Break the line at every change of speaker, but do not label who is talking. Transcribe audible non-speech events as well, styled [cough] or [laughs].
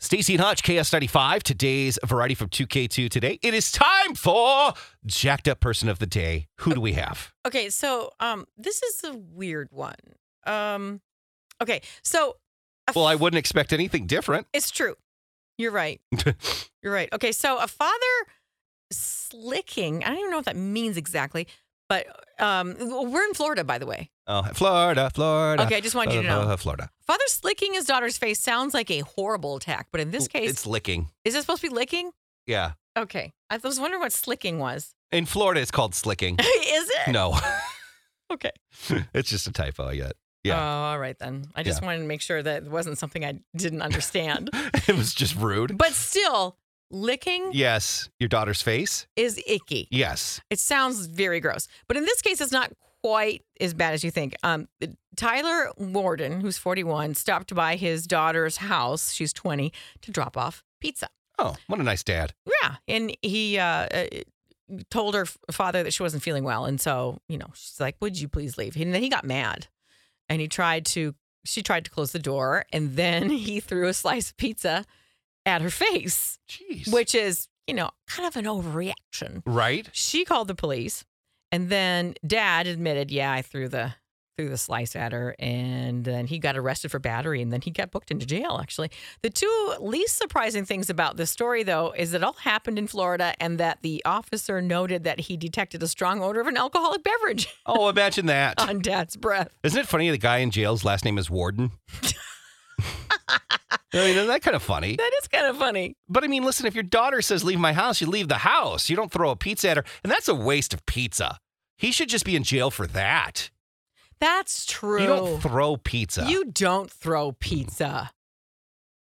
Stacey and Hutch, KS95, today's variety from 2K2 today. It is time for Jacked Up Person of the Day. Who do we have?
Okay, so um, this is a weird one. Um, okay, so a
Well, I wouldn't expect anything different.
It's true.
[laughs]
You're right. You're right. Okay, so a father slicking, I don't even know what that means exactly, but um, we're in Florida, by the way.
Oh, Florida, Florida.
Okay, I just wanted you to
Florida,
know.
Florida.
Father slicking his daughter's face sounds like a horrible attack, but in this case,
it's licking.
is it supposed to be licking?
Yeah.
Okay. I was wondering what slicking was. [laughs]
In Florida, it's called slicking.
is it?
No,
[laughs] Okay.
[laughs] it's just a typo yet. Yeah.
Oh, all right then. I just wanted to make sure that it wasn't something I
[laughs]
didn't understand.
[laughs] it was just rude.
but still, licking
Yes. Your daughter's face?
is icky.
Yes.
It sounds very gross. But in this case, it's not quite as bad as you think. Um, Tyler Warden, who's 41, stopped by his daughter's house. She's 20 to drop off pizza.
Oh, what a nice dad.
Yeah, and he uh, uh, told her f- father that she wasn't feeling well, and so you know she's like, "Would you please leave?" And then he got mad, and he tried to. She tried to close the door, and then [laughs] he threw a slice of pizza at her face,
Jeez.
which is you know kind of an overreaction.
Right?
She called the police, and then Dad admitted, "Yeah, I threw the." Threw the slice at her, and then he got arrested for battery, and then he got booked into jail. Actually, the two least surprising things about this story, though, is that it all happened in Florida and that the officer noted that he detected a strong odor of an alcoholic beverage [laughs]
Oh, imagine that.
on dad's breath.
Isn't it funny the guy in jail's last name is Warden? [laughs] I mean, isn't that kind of funny?
That is kind of funny.
But I mean, listen, if your daughter says, leave my house, you leave the house. You don't throw a pizza at her. And that's a waste of pizza. He should just be in jail for that.
That's true.
You don't throw pizza.
You don't throw pizza.